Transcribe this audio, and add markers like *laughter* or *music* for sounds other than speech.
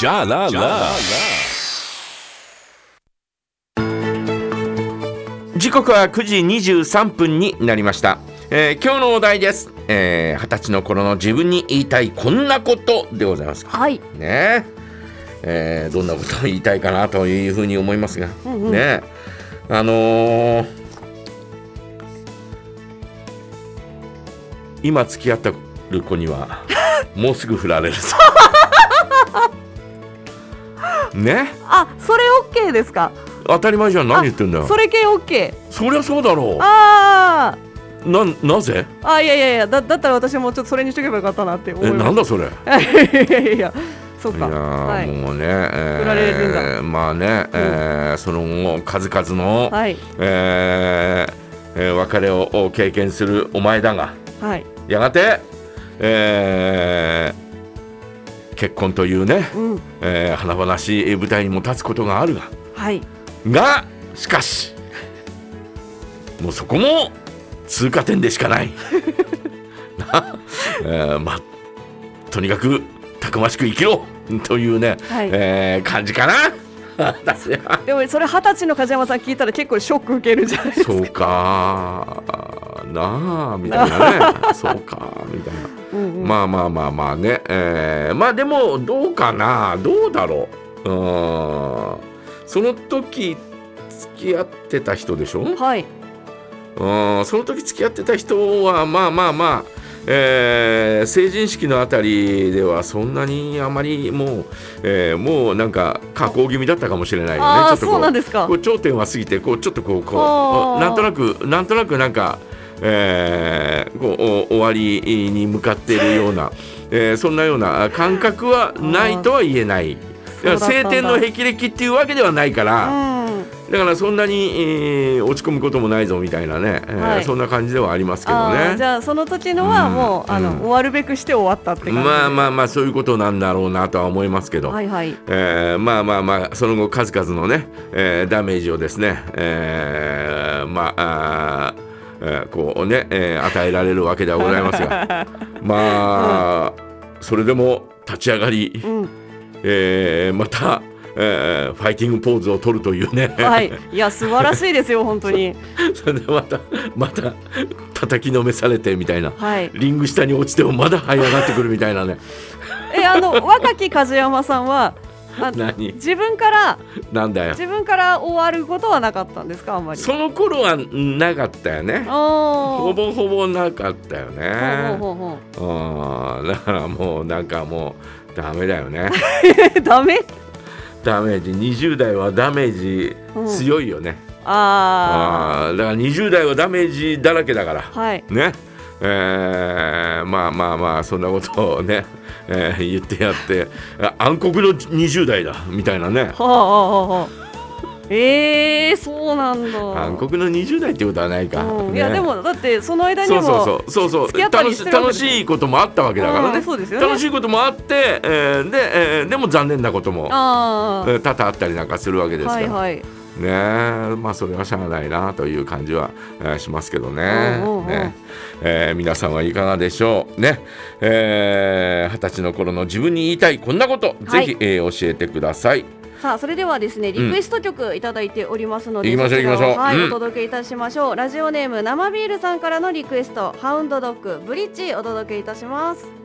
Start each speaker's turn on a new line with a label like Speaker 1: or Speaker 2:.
Speaker 1: Ja la la.
Speaker 2: 時刻は9時23分になりました、えー今日のお題ですえー二十、歳の頃の自分に言いたいこんなことでございます
Speaker 3: はい。
Speaker 2: ねえーどんなことを言いたいかなというふうに思いますが、
Speaker 3: うんうん
Speaker 2: ねえあのー今付き合ってる子に
Speaker 3: *laughs*
Speaker 2: はもうすぐ振られるぞね
Speaker 3: あ、それオッケーですか。
Speaker 2: 当たり前じゃん何言ってんだよ
Speaker 3: それ系オッケ
Speaker 2: そりゃそうだろ
Speaker 3: ー。ああ。
Speaker 2: うななぜ
Speaker 3: あ、いやいやいや、だ、だったら、私もちょっとそれにしとけばよかったなって思い
Speaker 2: え
Speaker 3: ます。
Speaker 2: なんだそれい
Speaker 3: *laughs* いやいやいや、そう
Speaker 2: や
Speaker 3: か。
Speaker 2: ー、
Speaker 3: はい。
Speaker 2: もうね、え
Speaker 3: 振られるん
Speaker 2: ー、まあね、えーその後数々の、
Speaker 3: はい。
Speaker 2: えーえー別れを経験するお前だが
Speaker 3: はい。
Speaker 2: やがて、えー結婚というね、
Speaker 3: うん。
Speaker 2: えー華々しい舞台にも立つことがあるが
Speaker 3: はい。
Speaker 2: がしかしもうそこも通過点でしかない *laughs* な、えーまあとにかくたくましく生きろというね、
Speaker 3: はい
Speaker 2: えー感じかな *laughs* 私は
Speaker 3: でも、それ二十歳の梶山さん聞いたら、結構ショック受けるじ
Speaker 2: *laughs*
Speaker 3: ゃないですか。
Speaker 2: そうかなあみたいな
Speaker 3: *laughs*
Speaker 2: ねそうかみたいな、
Speaker 3: うんうん。
Speaker 2: まあまあまあまあね、えーまあでもどうかなどうだろううーんその時付き合ってた人でしょ
Speaker 3: はい。
Speaker 2: うんその時付き合ってた人はまあまあまあ、えー成人式のあたりではそんなにあまりもう、えーもうなんか加工気味だったかもしれないよね
Speaker 3: ああ、
Speaker 2: ちょっとこ
Speaker 3: そうなんですか
Speaker 2: こ。う頂点は過ぎてこうちょっとこうこう
Speaker 3: あー
Speaker 2: なんとなくなんとなくなんか、えーこうお終わりに向かっているよう
Speaker 3: *laughs*
Speaker 2: な、えーそんなような感覚はないとは言えない。
Speaker 3: そうだったんだ
Speaker 2: 晴天の霹靂っていうわけではないから、
Speaker 3: うん。
Speaker 2: だからそんなに、えー落ち込むこともないぞみたいなね、えー
Speaker 3: はい
Speaker 2: そんな感じではありますけど
Speaker 3: ああ、じ
Speaker 2: ね。
Speaker 3: ゃあ、その時のは、も
Speaker 2: う
Speaker 3: う、
Speaker 2: ん
Speaker 3: あの、
Speaker 2: うん
Speaker 3: 終わるべくして終わったって感じ。
Speaker 2: まあまあまあそういうことなんだろうなとは思いますけど、
Speaker 3: はいはい。
Speaker 2: えーまあまあまあその後数々のね、えーダメージをですね、えーまああーえーこうね、えー与えられるわけではございます
Speaker 3: *laughs*
Speaker 2: がまあ、それでも立ち上がり、 *laughs*
Speaker 3: うん。
Speaker 2: えーまた、えーファイティングポーズを取るというね、
Speaker 3: はい。いや、素晴らしいですよ、本当
Speaker 2: *laughs*
Speaker 3: に。
Speaker 2: それでまたまた叩きのめされてみたいな
Speaker 3: はい。
Speaker 2: リング下に落ちてもまだ這い上がってくるみたいなね
Speaker 3: *laughs* えあの若き梶山さんはあ
Speaker 2: 何
Speaker 3: 自分から
Speaker 2: なんだよ
Speaker 3: 自分から終わることはなかったんですかあんまり
Speaker 2: その頃はなかったよねほ
Speaker 3: おー
Speaker 2: ぼほぼなかったよね
Speaker 3: ほうほうほうほ
Speaker 2: うんだからもうなんかもうダメだよね
Speaker 3: うダメ
Speaker 2: ダメージ20代はダメージ強いよね、
Speaker 3: あ
Speaker 2: あーだから20代はダメージだらけだから
Speaker 3: あはい
Speaker 2: ねえーまあまあまあそんなことをね、えー言ってやってあ暗黒の20代だみたいなね
Speaker 3: はあはあはあはあえー、そうなんだ
Speaker 2: 暗黒の20代ってことはないか、
Speaker 3: うん、
Speaker 2: ね
Speaker 3: いやでもだってその間に
Speaker 2: そ
Speaker 3: も
Speaker 2: うそうそうそう
Speaker 3: 付き
Speaker 2: そ
Speaker 3: 合
Speaker 2: う
Speaker 3: ったり
Speaker 2: 楽
Speaker 3: し
Speaker 2: して
Speaker 3: る
Speaker 2: 楽
Speaker 3: わけですよ
Speaker 2: しいこともあったわけだから
Speaker 3: うん
Speaker 2: ね
Speaker 3: そうですよね
Speaker 2: 楽しいこともあって、えーで、えーでも残念なことも
Speaker 3: あ
Speaker 2: えー多々あったりなんかするわけで
Speaker 3: あ
Speaker 2: すから、
Speaker 3: はいはい
Speaker 2: ねえまあそれはしゃあないなという感じは、えーしますけどね,、
Speaker 3: うんうんうん
Speaker 2: ねえー皆さんはいかがでしょうねえー二十、歳の頃の自分に言いたいこんなこと、
Speaker 3: はい
Speaker 2: ぜひ、えー教えてください
Speaker 3: さあそれではですねリクエスト曲いただいておりますので、
Speaker 2: 行きましょう
Speaker 3: そちらを
Speaker 2: 行きましょう
Speaker 3: はい、
Speaker 2: うん
Speaker 3: お届けいたしましょうラジオネーム生ビールさんからのリクエストハウンドドッグブリッジお届けいたします